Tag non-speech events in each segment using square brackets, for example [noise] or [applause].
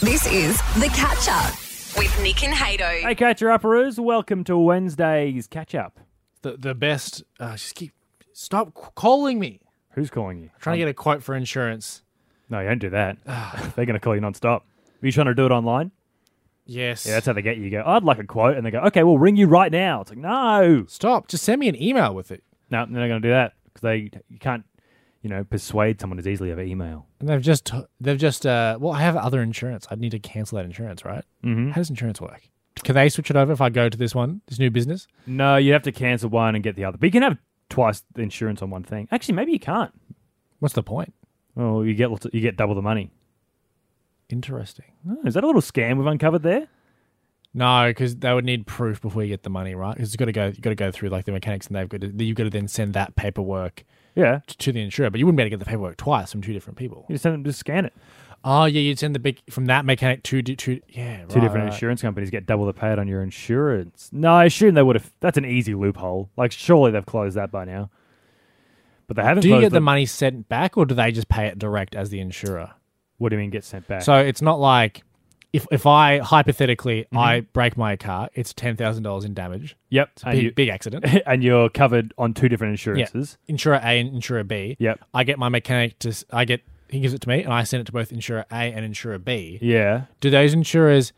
This is The Catch Up with Nick and Hato. Hey, catcher upperers, welcome to Wednesday's catch up. the the best. Uh, just keep stop c- calling me. Who's calling you? trying to get a quote for insurance. No, you don't do [sighs] that. They're going to call you non-stop. Are you trying to do it online? [sighs] Yes. Yeah, that's how they get you. You go, I'd like a quote, and they go, okay, we'll ring you right now. It's like, no, stop. Just send me an email with it. no, they're not going to do that because they you can't, you know, persuade someone as easily over email. And they've just they've just uh, well, I have other insurance. I'd need to cancel that insurance, right? Mm-hmm. How does insurance work? Can they switch it over if I go to this one, this new business? No, you have to cancel one and get the other. But you can have twice the insurance on one thing. Actually, maybe you can't. What's the point? Oh, you get lots of- you get double the money. Interesting. Oh, is that a little scam we've uncovered there? No, because they would need proof before you get the money, right? Because it's got to go, you got to go through like the mechanics, and they've got to, you've got to then send that paperwork Yeah, t- to the insurer. But you wouldn't be able to get the paperwork twice from two different people. you just send them just scan it. Oh yeah, you'd send the big from that mechanic to di- to yeah Two right, different right. insurance companies get double the payout on your insurance. No, I assume they would have. That's an easy loophole. Like, surely they've closed that by now. But they haven't. Do you closed get the money sent back, or do they just pay it direct as the insurer? What do you mean get sent back? So it's not like if if I hypothetically Mm-hmm. I break my car, it's ten thousand dollars in damage, yep, and, big, you, big accident. [laughs] and you're covered on two different Yeah. insurances. Insurer A and insurer B. Yep. I get my mechanic to s- I get he gives it to me, and I send it to both insurer A and insurer B. Yeah. Do those insurers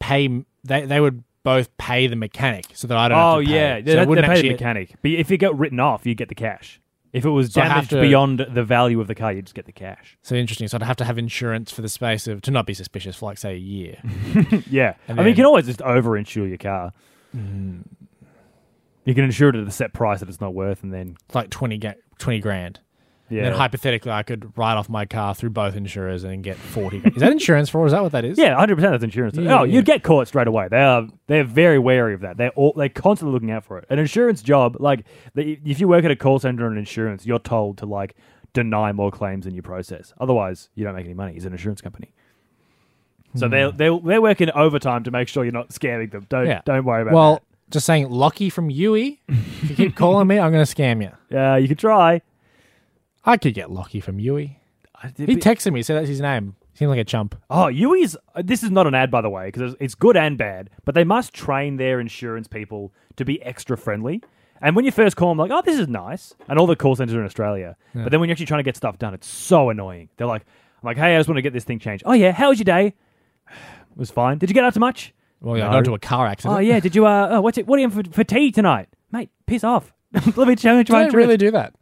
pay? m- They they would both pay the mechanic so that I don't. Oh have to pay. yeah, So they, it they wouldn't pay actually- the mechanic. But if it got written off, you get the cash. If it was So I have damaged to- beyond the value of the car, you just get the cash. So interesting. So I'd have to have insurance for the space of to not be suspicious for like say a year. Yeah, And I mean you then- Mm-hmm. can always just over insure your car. You can insure it at a set price that it's not worth, and then It's like 20, ga- 20 grand. yeah, And then hypothetically, I could write off my car through both insurers and get forty. grand. Is that insurance fraud? Is that what that is? Yeah, hundred percent. That's insurance. Yeah, oh, yeah. you'd get caught straight away. They are they're very wary of that. They're all they're constantly looking out for it. An insurance job, like the, if you work at a call center on insurance, you're told to like deny more claims than you process. Otherwise, you don't make any money. It's an insurance company. Hmm. So they're, they're they're working overtime to make sure you're not scamming them. Don't Yeah. don't worry about Well, just saying, Lockie from Yui. If you [laughs] keep calling me, I'm going to scam you. that. Uh, you could try. I could get Lockie from Yui. I- He texted me, said that's his name. Seems like a chump. Oh, Yui's. uh, This is not an ad, by the way, because it's, it's good and bad. But they must train their insurance people to be extra friendly. And when you first call them, like, oh, this is nice, and all the call centers are in Australia. But then when you're actually trying to get stuff done, it's so annoying. They're like, I'm like, hey, I just want to get this thing changed. Oh yeah, how was your day? [sighs] It was fine. Did you get up to much? Well, yeah, No. got into a car accident. Oh yeah, did you? Uh, oh, what's it? What are you in for, for tea tonight, mate? Piss off. [laughs] Let me challenge Do my they insurance. really do that?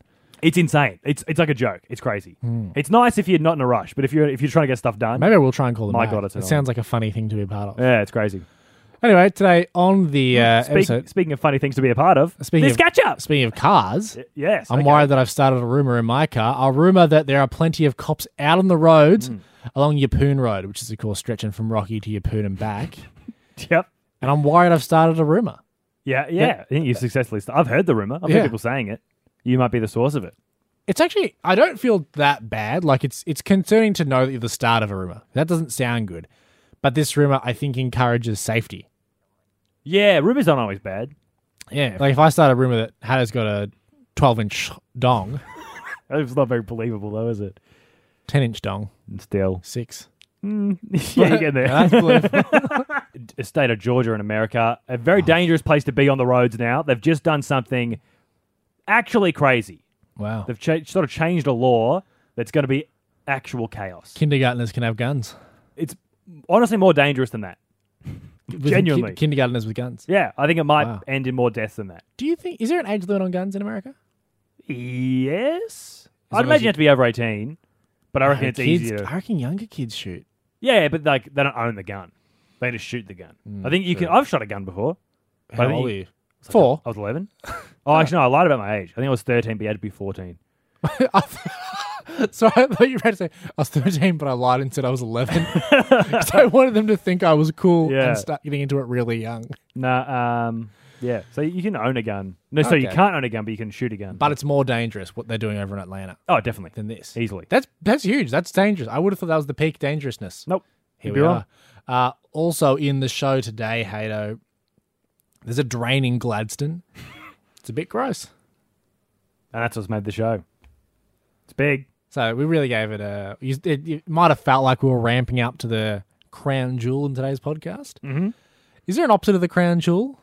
It's insane. It's it's like a joke. It's crazy. It's nice if you're not in a rush, but if you're if you're trying to get stuff done, Hmm. Maybe I will try and call them. My back. God, it's it annoying. sounds like a funny thing to be a part of. yeah, it's crazy. Anyway, today on the uh, Speak- episode, Speaking of funny things to be a part of, Speaking this of- catch up. speaking of cars, Yes, I'm okay. worried that I've started a rumor in my car. A rumor that there are plenty of cops out on the roads along Yapoon Road, which is of course stretching from Rocky to Yapoon and back. Yep. and I'm worried I've started a rumor. Yeah, yeah. I think you've successfully. St- I've heard the rumor. I've Yeah. heard people saying it. You might be the source of it. It's actually I don't feel that bad. Like it's it's concerning to know that you're the start of a rumor. That doesn't sound good. But this rumor I think encourages safety. Yeah, rumors aren't always bad. Yeah. Like if I start a rumor that Hannah's got a 12 inch dong, It's not very believable, though, is it? 10 inch dong, And Still, six. [laughs] yeah, you [laughs] get there. That's believable. A state of Georgia in America, a very dangerous place to be on the roads now. They've just done something actually crazy. [laughs] wow. They've cha- sort of changed a law that's going to be actual chaos. Kindergartners can have guns. It's honestly more dangerous than that. With Genuinely. kin- kindergartners with guns. Yeah, I think it might Wow. end in more death than that. Do you think is there an age limit on guns in America? Yes. long I'd as imagine you- you have to be over 18, but I reckon No, it's kids, easier. I reckon younger kids shoot. Yeah, but like they don't own the gun. They just shoot the gun. Mm, I think you can. I've shot a gun before. But I How think old are you- you? [laughs] Four. I was 11. oh, actually, no, I lied about my age. I think I was 13, but you had to be 14. So I thought you were about to say I was 13, but I lied and said I was [laughs] 11. 'Cause I wanted them to think I was cool Yeah. and start getting into it really young. Nah, um, yeah. So you can own a gun. No, so you Okay. can't own a gun, but you can shoot a gun. But it's more dangerous what they're doing over in Atlanta oh, definitely. than this. Easily. That's that's huge. That's dangerous. I would have thought that was the peak dangerousness. nope. Here You'd be we are. Uh, also in the show today, Hato, there's a drain in Gladstone. [laughs] it's a bit gross. And that's what's made the show. It's big. So we really gave it a. you- It, it might have felt like we were ramping up to the crown jewel in today's podcast. Mm-hmm. Is there an opposite of the crown jewel?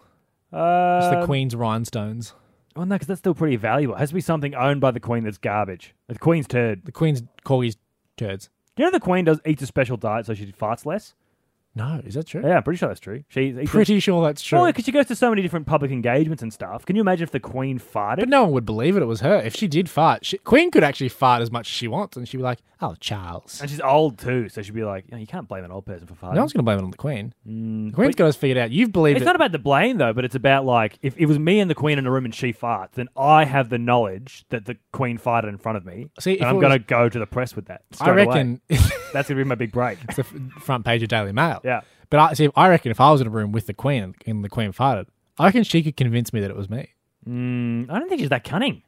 It's Uh, the Queen's rhinestones. oh no, because that's still pretty valuable. It has to be something owned by the queen that's garbage. The queen's turd. The Queen's corgis turds. You know the queen does eats a special diet so she farts less. No, is that true? Yeah, I'm pretty sure that's true. She eats a- Pretty sure that's true. Well, because she goes to so many different public engagements and stuff. Can you imagine if the Queen farted? But no one would believe it. It was her. If she did fart, she, Queen could actually fart as much as she wants, and she'd be like, "Oh, Charles." and she's old too, so she'd be like, you, know, you can't blame an old person for farting. No one's going to blame it on the Queen. the Queen's got us figured out. You've believed Mm, it's it. not about the blame though, but it's about like if it was me and the Queen in a room and she farts, then I have the knowledge that the Queen farted in front of me, See, if and I'm it was- going to go to the press with that. I straight away. reckon [laughs] that's going to be my big break. it's the f- front page of Daily Mail. Yeah. But I see. I reckon if I was in a room with the Queen and- and the Queen farted, I reckon she could convince me that it was me. Mm, I don't think she's that cunning.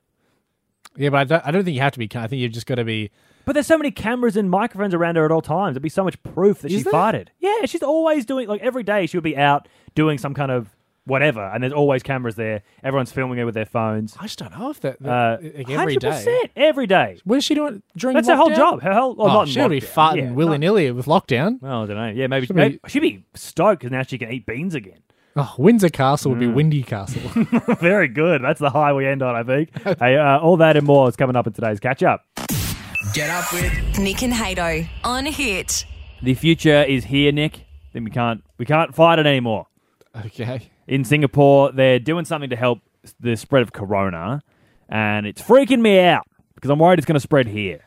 Yeah, but I don't. I don't think you have to be. I think you've just got to be. But there's so many cameras and microphones around her at all times. There'd be so much proof that she Is there? farted. Yeah, she's always doing like every day she would be out doing some kind of whatever, and there's always cameras there. Everyone's filming her with their phones. I just don't know if that. that Uh, like every day. 100%, every day. What is she doing during? That's her whole lockdown? job. Her whole well, Oh, not in she'll be lockdown. farting Yeah, willy no- nilly with lockdown. Well, I don't know. Yeah, maybe, She'll maybe be- she'd be stoked because now she can eat beans again. [laughs] Oh, Windsor Castle would be Mm. Windy Castle. Very good. That's the high we end on. I [laughs] think. hey, uh, all that and more is coming up in today's catch up. Get up with Nick and Hato on Hit. The future is here, Nick. Then we can't we can't fight it anymore. okay. in Singapore. They're doing something to help s- the spread of corona, and it's freaking me out because I'm worried it's going to spread here.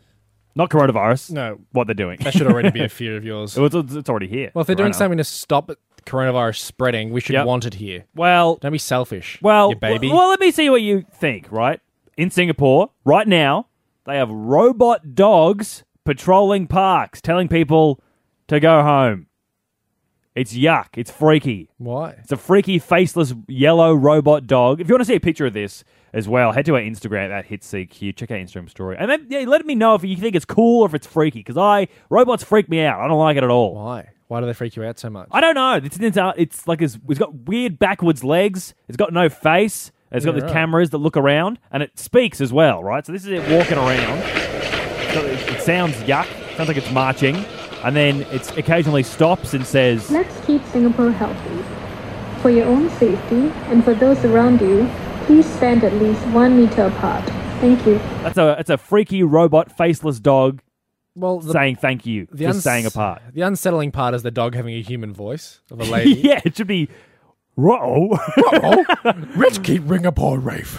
Not coronavirus. No. what they're doing. [laughs] That should already be a fear of yours. [laughs] Well, it's, it's- it's already here. Well, if they're doing Corona. something to stop coronavirus spreading, we should Yep. want it here. well, Don't be selfish. well, you baby. Well, let me see what you think. Right in Singapore, right now, they have robot dogs patrolling parks, telling people to go home. It's yuck. It's freaky. Why? It's a freaky, faceless, yellow robot dog. If you want to see a picture of this as well, head to our Instagram at HitCQ. Check our Instagram story. And then, yeah, let me know if you think it's cool or if it's freaky, because I, robots freak me out. I don't like it at all. Why? Why do they freak you out so much? I don't know. It's, it's, uh, it's like it's, it's got weird backwards legs. It's got no face. It's got Yeah, the right. cameras that look around, and it speaks as well, right? So this is it walking around. So it, it sounds yuck. Sounds like it's marching, and then it occasionally stops and says. Let's keep Singapore healthy. For your own safety and for those around you, please stand at least one meter apart. Thank you. That's a it's a freaky robot faceless dog Well, the, saying thank you for uns- [laughs] staying apart. The unsettling part is the dog having a human voice [laughs] of a lady. Oh, yeah, it should be. [laughs] Whoa. Let's keep ring [laughs] upon Rafe.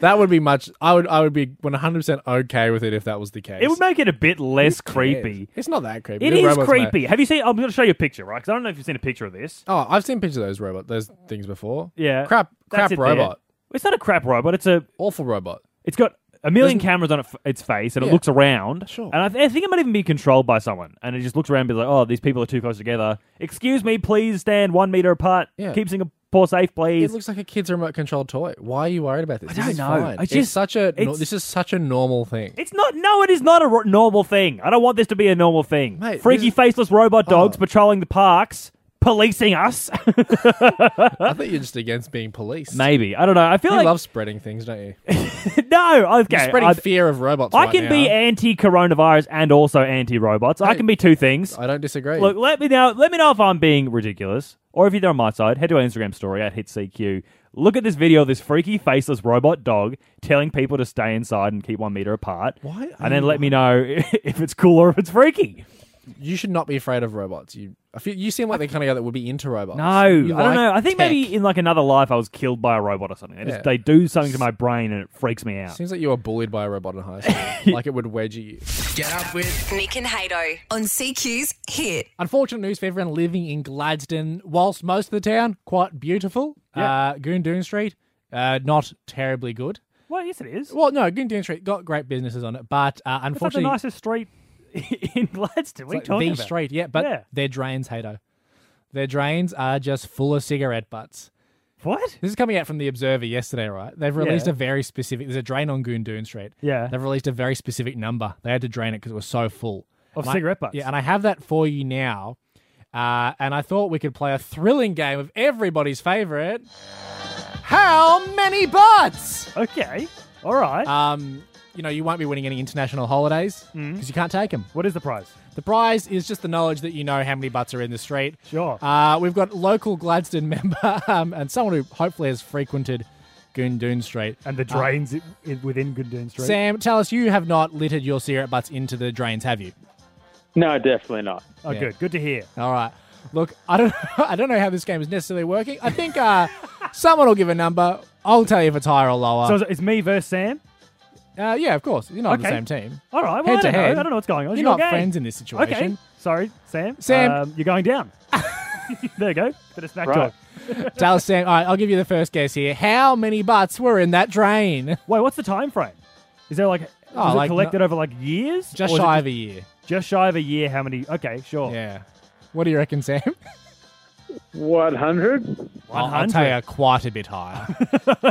that would be much. I would. I would be one hundred percent okay with it if that was the case. it would make it a bit less Yes. creepy. It's not that creepy. It The is robots may- creepy. Have you seen? I'm going to show you a picture, right? Because I don't know if you've seen a picture of this. Oh, I've seen pictures of those robot, those things before. Yeah, crap, That's crap it there. robot, It's not a crap robot. It's a. awful robot. It's got a million cameras on it, its face, and it Yeah. looks around. Sure. And I, th- I think it might even be controlled by someone, and it just looks around and be like, "Oh, these people are too close together. Excuse me, please stand one meter apart. Yeah. Keep Singapore safe, please." It looks like a kid's remote controlled toy. Why are you worried about this? I don't this is know. Fine. I it's just- such a. no- it's- this is such a [laughs] normal thing. It's not. No, it is not a ro- normal thing. I don't want this to be a normal thing. Mate, Freaky this is- faceless robot dogs Oh. patrolling the parks, policing us. [laughs] I thought you're just against being police. Maybe I don't know. I feel You like love spreading things, don't you? You're [laughs] no. Okay, spreading I, fear of robots. I right can now. be anti-coronavirus and also anti-robots. I Hey. can be two things. I don't disagree. Look, let me know. Let me know if I'm being ridiculous, or if you're on my side. Head to our Instagram story at hitcq. Look at this video of this freaky faceless robot dog telling people to stay inside and keep one meter apart. Why are And then you- let me know [laughs] if it's cool or if it's freaky. you should not be afraid of robots. You, I feel, you seem like the kind of guy that would be into robots. No, You I don't like know. I think tech. maybe in like another life I was killed by a robot or something. They, just, Yeah. they do something to my brain and it freaks me out. Seems like you were bullied by a robot in high [laughs] school. like it would wedgie you. Get up with Nick and Hato on CQ's Hit. Unfortunate news for everyone living in Gladstone. Whilst most of the town quite beautiful, uh, Goondoon Street, uh, not terribly good. Well, yes, it is. Well, no, Goondoon Street got great businesses on it, but uh, it's not the unfortunately, nicest street [laughs] in Gladstone. What are you like talking the about? street, yeah, but Yeah. their drains, Hato. Their drains are just full of cigarette butts. [laughs] What? This is coming out from the Observer yesterday, right? They've released Yeah. a very specific. There's a drain on Goondoon Street. Yeah. They've released a very specific number. They had to drain it because it was so full Of And I- cigarette butts. Yeah, and I have that for you now. Uh, and I thought we could play a thrilling game of everybody's favorite. How many butts? Okay. All right. Um, you know, you won't be winning any international holidays because Hmm. you can't take them. What is the prize? The prize is just the knowledge that you know how many butts are in the street. Sure. Uh, we've got local Gladstone member [laughs] um, and someone who hopefully has frequented Goondoon Street. And the drains i i- within Gundoon Street. uh, Sam, tell us, you have not littered your cigarette butts into the drains, have you? No, definitely not. oh, yeah. good. Good to hear. All right. Look, I don't, [laughs] I don't know how this game is necessarily working. I think uh, someone will give a number. I'll tell you if it's higher or lower. So it's- it's me versus Sam. uh, yeah, of course. You're not on the Okay. same team. All right. Well, I Head to don't know. head. I don't know what's going on. It's You're your not game. friends in this [laughs] situation. Okay. Sorry, Sam. Sam. Um, you're going [laughs] down. [laughs] there you go. Bit of snack Right. talk. Tell us, Sam. All right, I'll give you the first guess here. How many butts were in that drain? Wait, what's the time frame? Is there like was Oh, it like collected over like years? Just Or is it shy of a year. just shy of a year. How many? Okay, sure. Yeah. What do you reckon, Sam? One hundred. I'll, I'll 100. tell you quite a bit higher. [laughs]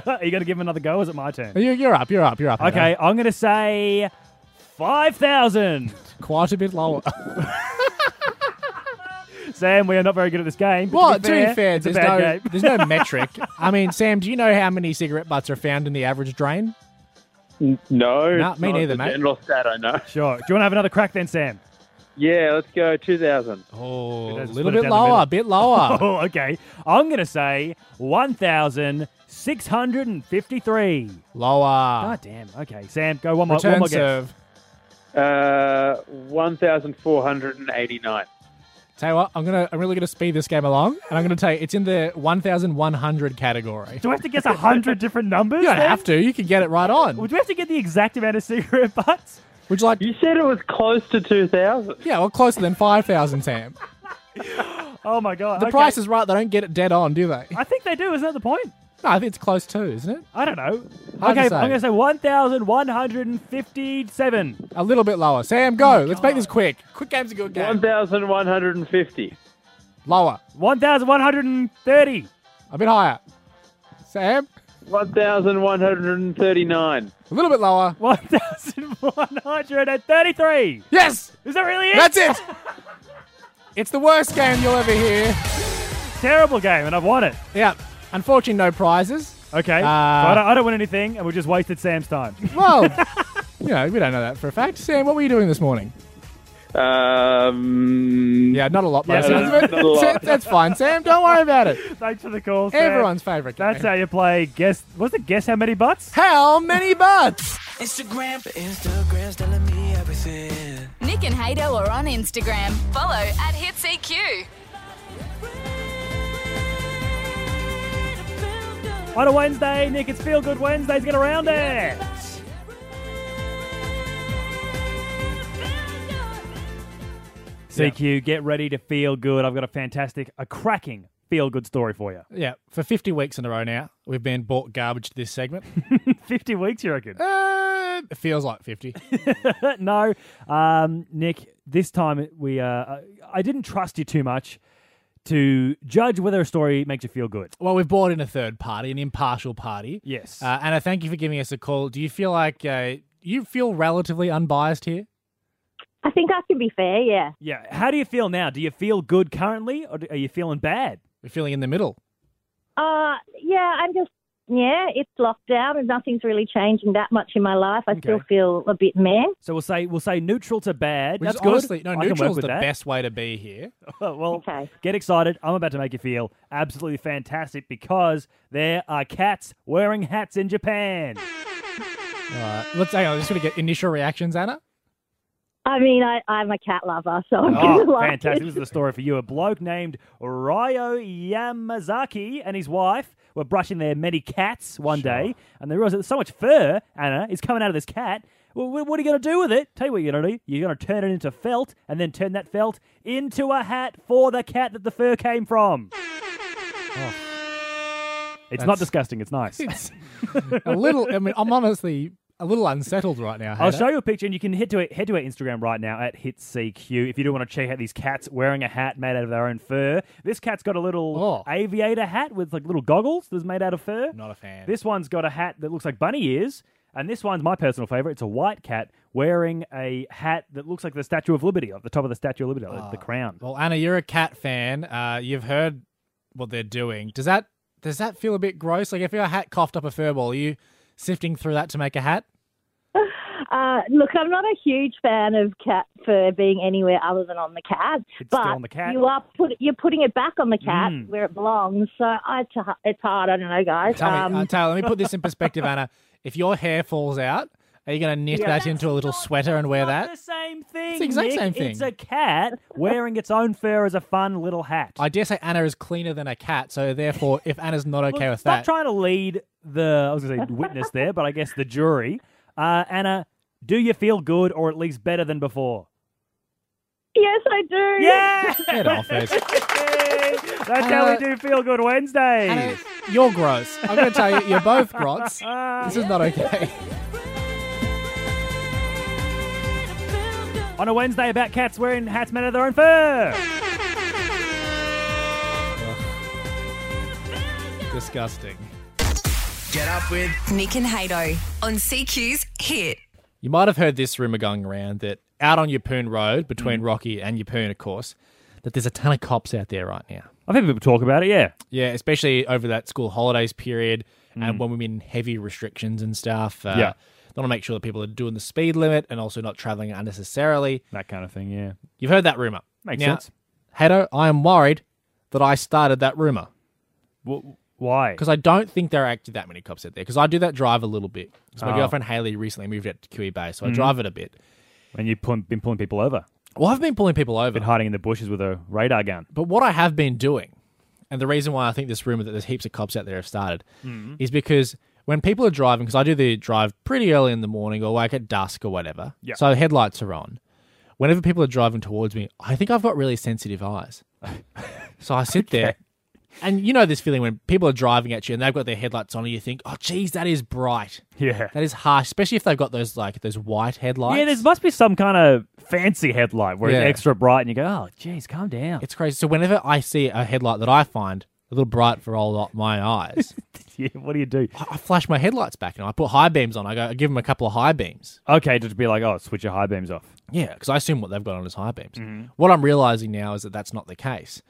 Are you going to give him another go? Or is it my turn? you're, you're up, you're up, you're up. Adam. Okay, I'm going to say five [laughs] thousand. Quite a bit lower. Sam, we are not very good at this game. but [laughs] well, to be fair, it's a there's bad no, game. there's [laughs] no metric. I mean, Sam, do you know how many cigarette butts are found in the average drain? No, Nah, it's me not neither, the mate. General stat I know. [laughs] Sure. Do you want to have another crack then, Sam? [laughs] Yeah, let's go two thousand. Oh, a does little split it bit down the lower, middle. a bit lower. Oh, okay. I'm going to say one thousand six hundred and fifty-three. [laughs] lower. God damn. Okay, Sam, go one more. one Ah, Return more guess. serve. Uh, one thousand four hundred and eighty-nine. Tell you what, I'm gonna, I'm really gonna speed this game along, and I'm gonna tell you, it's in the 1,100 category. Do I have to guess a [laughs] hundred different numbers? You don't Sam? have to. You can get it right Well, on. do we have to get the exact amount of cigarette butts? Would you like? You said it was close to two thousand. Yeah, well, closer than 5,000, Sam. Oh my god. The okay. price is right. They don't get it dead on, do they? I think they do, isn't that the point? No, I think it's close too, isn't it? I don't know. Hard to okay, say. I'm gonna say one thousand one hundred and fifty seven. A little bit lower. Sam, go. Let's make this quick. Quick game's a good game. One thousand one hundred and fifty. Lower. One thousand one hundred and thirty. [laughs] A bit higher. Sam, One thousand one hundred and thirty-nine. a little bit lower. One thousand one hundred and thirty three. Yes! Is that really it? That's it! It's the worst game you'll ever hear. terrible game and I've won it. Yeah. Unfortunately, no prizes. Okay. so I, don't, I don't win anything and we just wasted Sam's time. [laughs] Well, you know, we don't know that for a fact. Sam, what were you doing this morning? Um, Yeah, not a lot, by Yeah, the sounds of it. not a lot. Sam- That's fine, Sam. Don't worry about it. Thanks for the call, Sam. Everyone's favourite game. That's how you play guess was it guess how many butts? How many butts? Instagram, Instagram's telling me everything. Nick and Hato are on Instagram. Follow at HitsEQ. On a Wednesday, Nick, it's Feel Good Wednesdays. Get around there. CQ, get ready to feel good. I've got a fantastic, a cracking feel good story [laughs] for you. Yeah, for 50 weeks in a row now, we've been bought garbage to this [laughs] segment. 50 weeks, you reckon? Uh, it feels like 50. Uh, no, um, Nick, this time we, uh, I didn't trust you too much to judge whether a story makes you feel good. well, we've brought in a third party, an impartial party. Yes. Uh, Anna, thank you for giving us a call. Do you feel like uh, you feel relatively unbiased here? I think I can be fair, yeah. yeah. How do you feel now? Do you feel good currently or do- are you feeling bad? We're feeling in the middle. Uh, yeah, I'm just, yeah, it's lockdown and nothing's really changing that much in my life. I still Okay. feel a bit meh. So we'll say we'll say neutral to bad. Which That's is good. honestly, no, I can work neutral's with the that. best way to be here. [laughs] well, Okay. get excited. I'm about to make you feel absolutely fantastic because there are cats wearing hats in [laughs] Japan. All right, Uh, let's hang on. I just want to get initial reactions, Anna. I mean, I, I'm a cat lover, so I'm going to Oh, [laughs] like fantastic. This is it. the story for you. A bloke named Ryo Yamazaki and his wife were brushing their many cats one day, and they realized that there's so much fur, Anna, is coming out of this cat. Well, wh- what are you going to do with it? Tell you what you're going to do. You're going to turn it into felt, and then turn that felt into a hat for the cat that the fur came from. Oh. It's not That's- disgusting. [laughs] It's [laughs] nice. It's a little. I mean, I'm honestly a little unsettled right now. I'll Hader. show you a picture, and you can head to it, head to our Instagram right now at hitcq if you do want to check out these cats wearing a hat made out of their own fur. This cat's got a little Oh. aviator hat with like little goggles that's made out of fur. Not a fan. This one's got a hat that looks like bunny ears, and this one's my personal favorite. It's a white cat wearing a hat that looks like the Statue of Liberty, like the top of the Statue of Liberty, like the crown. Ah. Well, Anna, you're a cat fan. Uh, you've heard what they're doing. Does that does that feel a bit gross? Like if your hat coughed up a fur ball, are you sifting through that to make a hat? Uh, look, I'm not a huge fan of cat fur being anywhere other than on the cat. It's but still on the cat. You are put, you're putting it back on the cat Mm. where it belongs. So I, it's hard. I don't know, guys. Um, Tell me, uh, Taylor, let me put this in perspective, Anna. If your hair falls out, are you going to knit that into a little sweater and wear that? The same thing. the exact Nick. same thing. It's a cat wearing its own fur as a fun little hat. I dare say Anna is cleaner than a cat, so therefore, if Anna's not Look, okay with stop that, trying to lead the. I was going to say witness there, but I guess the jury. Uh, Anna, do you feel good or at least better than before? yes, I do. Yeah. get off it. That's how we do Anna- feel good Wednesday. Anna, you're gross. I'm going to tell you, you're both grots. Ah. This is not okay. on a Wednesday about cats wearing hats made out of their own fur. Disgusting. Get up with Nick and Hato on CQ's Hit. You might have heard this rumor going around that out on Yapoon Road, between Rocky and Yapoon, of course, that there's a ton of cops out there right now. I've heard people talk about it. Yeah. Yeah, especially over that school holidays period and when we're in heavy restrictions and stuff. Uh, Mm. Yeah. They want to make sure that people are doing the speed limit and also not traveling unnecessarily. That kind of thing. Yeah. You've heard that rumor. Makes sense. Hato, I am worried that I started that rumor W- why? because I don't think there are actually that many cops out there because I do that drive a little bit. 'Cause my Oh. girlfriend Haley recently moved out to Kiwi Bay, so I Mm. drive it a bit. And you've pull- been pulling people over, Well, I've been pulling people over. been hiding in the bushes with a radar gun. But what I have been doing, and the reason why I think this rumor that there's heaps of cops out there have started, Mm-hmm. is because when people are driving, because I do the drive pretty early in the morning or like at dusk or whatever, Yeah. so headlights are on. Whenever people are driving towards me, I think I've got really sensitive eyes. [laughs] so I sit there, and you know this feeling when people are driving at you and they've got their headlights on, and you think, "Oh, geez, that is bright, Yeah. that is harsh," especially if they've got those like those white headlights. Yeah, there must be some kind of fancy headlight where Yeah. it's extra bright and you go, oh, geez, calm down. It's crazy. So whenever I see a headlight that I find a little bright for old my eyes. [laughs] Yeah, what do you do? I flash my headlights back and I put high beams on. I go, I give them a couple of high beams. Okay, just be like, oh, switch your high beams off. Yeah, because I assume what they've got on is high beams. Mm-hmm. What I'm realizing now is that that's not the case.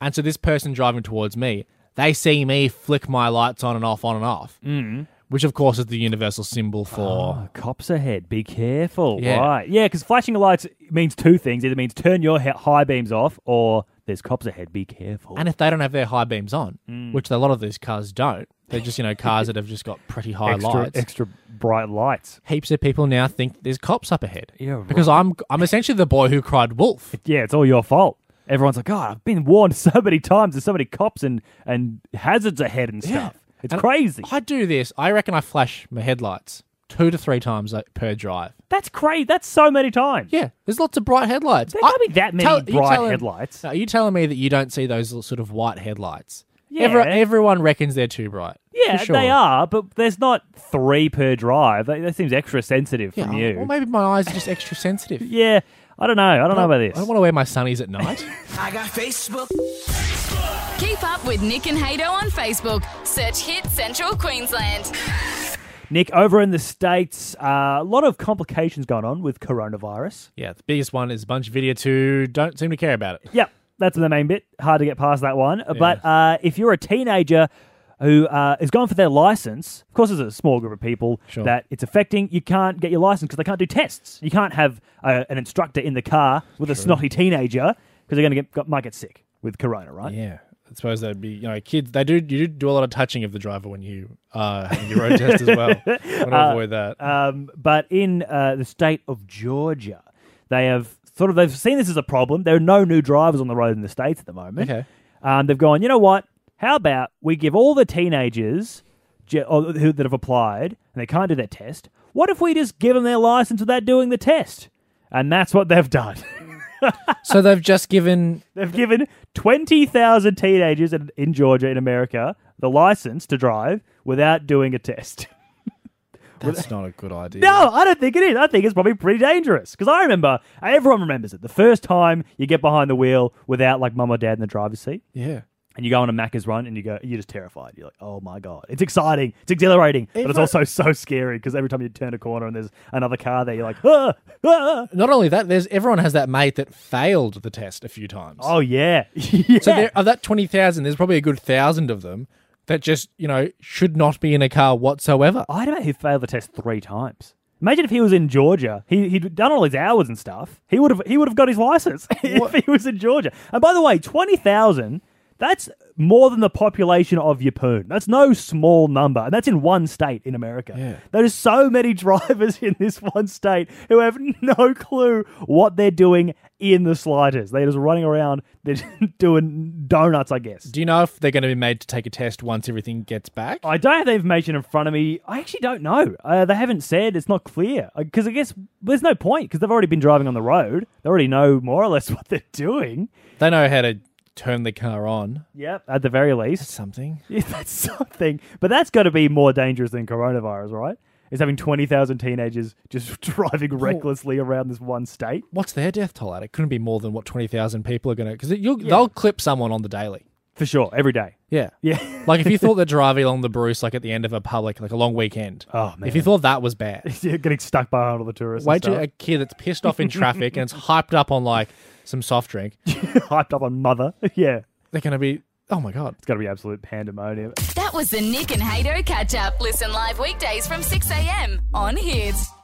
And so this person driving towards me, they see me flick my lights on and off, on and off, Mm-hmm. mm. which of course is the universal symbol for. Oh, cops ahead. Be careful. Yeah. Right. Yeah, because flashing lights means two things. Either means turn your he- high beams off or there's cops ahead. Be careful. And if they don't have their high beams on, Mm. which a lot of these cars don't, they're just you [laughs] know cars that have just got pretty high extra, lights. extra bright lights. Heaps of people now think there's cops up ahead. Yeah, right. because I'm I'm essentially the boy who cried wolf. Yeah, it's all your fault. Everyone's like, God, I've been warned [laughs] so many times. There's so many cops and, and hazards ahead and stuff. It's And crazy. I do this. I reckon I flash my headlights two to three times like, per drive. That's crazy. That's so many times. Yeah, there's lots of bright headlights. There I- can't be that many tell- you bright telling- headlights. No, Are you telling me that you don't see those little sort of white headlights? Yeah. Every- everyone reckons they're too bright. Yeah, For sure. they are, but there's not three per drive. That, that seems extra sensitive Yeah, from you. Or maybe my eyes are just [laughs] extra sensitive. yeah, I don't know. I don't know about this. I don't want to wear my sunnies [laughs] at night. I got Facebook. Keep up with Nick and Hato on Facebook. Search Hit Central Queensland. Nick, over in the States, uh, a lot of complications going on with coronavirus. yeah, the biggest one is a bunch of video two don't seem to care about it. Yep, that's the main bit. Hard to get past that one. But uh, if you're a teenager who uh, is going for their license, of course, there's a small group of people Sure. that it's affecting. You can't get your license because they can't do tests. You can't have uh, an instructor in the car with a snotty teenager because they're going to get got- might get sick with corona, right? Yeah. I suppose that'd be you know kids. They do you do do a lot of touching of the driver when you uh having your road test as [laughs] well. I want to Uh, avoid that. Um, but in uh, the state of Georgia, they have sort of they've seen this as a problem. There are no new drivers on the road in the states at the moment. Okay. Um, they've gone. You know what? How about we give all the teenagers ge- or who, that have applied and they can't do their test? What if we just give them their license without doing the test? And that's what they've done. [laughs] so they've just given they've given twenty thousand teenagers in, in Georgia, in America, the license to drive without doing a test. [laughs] That's not a good idea. No, I don't think it is. I think it's probably pretty dangerous because I remember everyone remembers it. The first time you get behind the wheel without like mum or dad in the driver's seat, Yeah. and you go on a Macca's run, and you go, you're just terrified. You're like, oh my god, it's exciting, it's exhilarating, but it's also so scary because every time you turn a corner and there's another car there, you're like, ah, ah. Not only that, there's everyone has that mate that failed the test a few times. oh yeah, [laughs] yeah. so there, of that twenty thousand, there's probably a good thousand of them that just you know should not be in a car whatsoever. I had a mate who failed the test three times. Imagine if he was in Georgia. He, he'd done all his hours and stuff. He would have he would have got his license [laughs] if he was in Georgia. And by the way, twenty thousand. That's more than the population of Yapoon. That's no small number, and that's in one state in America. There's so many [laughs] drivers in this one state who have [laughs] no clue what they're doing in the sliders. They're just running around, they're [laughs] just doing donuts, I guess. Do you know if they're going to be made to take a test once everything gets back? I don't have the information in front of me. I actually don't know. Uh, they haven't said. It's not clear. Because I guess there's no point because they've already been driving on the road. They already know more or less [laughs] what they're doing. They know how to turn the car on. Yep. At the very least. [laughs] Something. Yeah, that's something. But that's got to be more dangerous than coronavirus, right? Is having 20,000 teenagers just [laughs] driving recklessly around this one state. What's their death toll at? It couldn't be more than what twenty thousand people are going to because they'll clip someone on the daily. For sure. Every day. [laughs] Yeah. Yeah. Like if you thought that driving along the Bruce, like at the end of a public, like a long weekend. Oh, man. If you thought that [laughs] was bad, You're Getting stuck behind all the tourists. wait Wait till a kid that's pissed off in traffic and it's hyped up on like some soft drink. [laughs] hyped up on mother. yeah. They're going to be, oh my god. It's got to be absolute pandemonium. That was the Nick and Hato catch up. Listen live weekdays from 6 a.m. on Hits.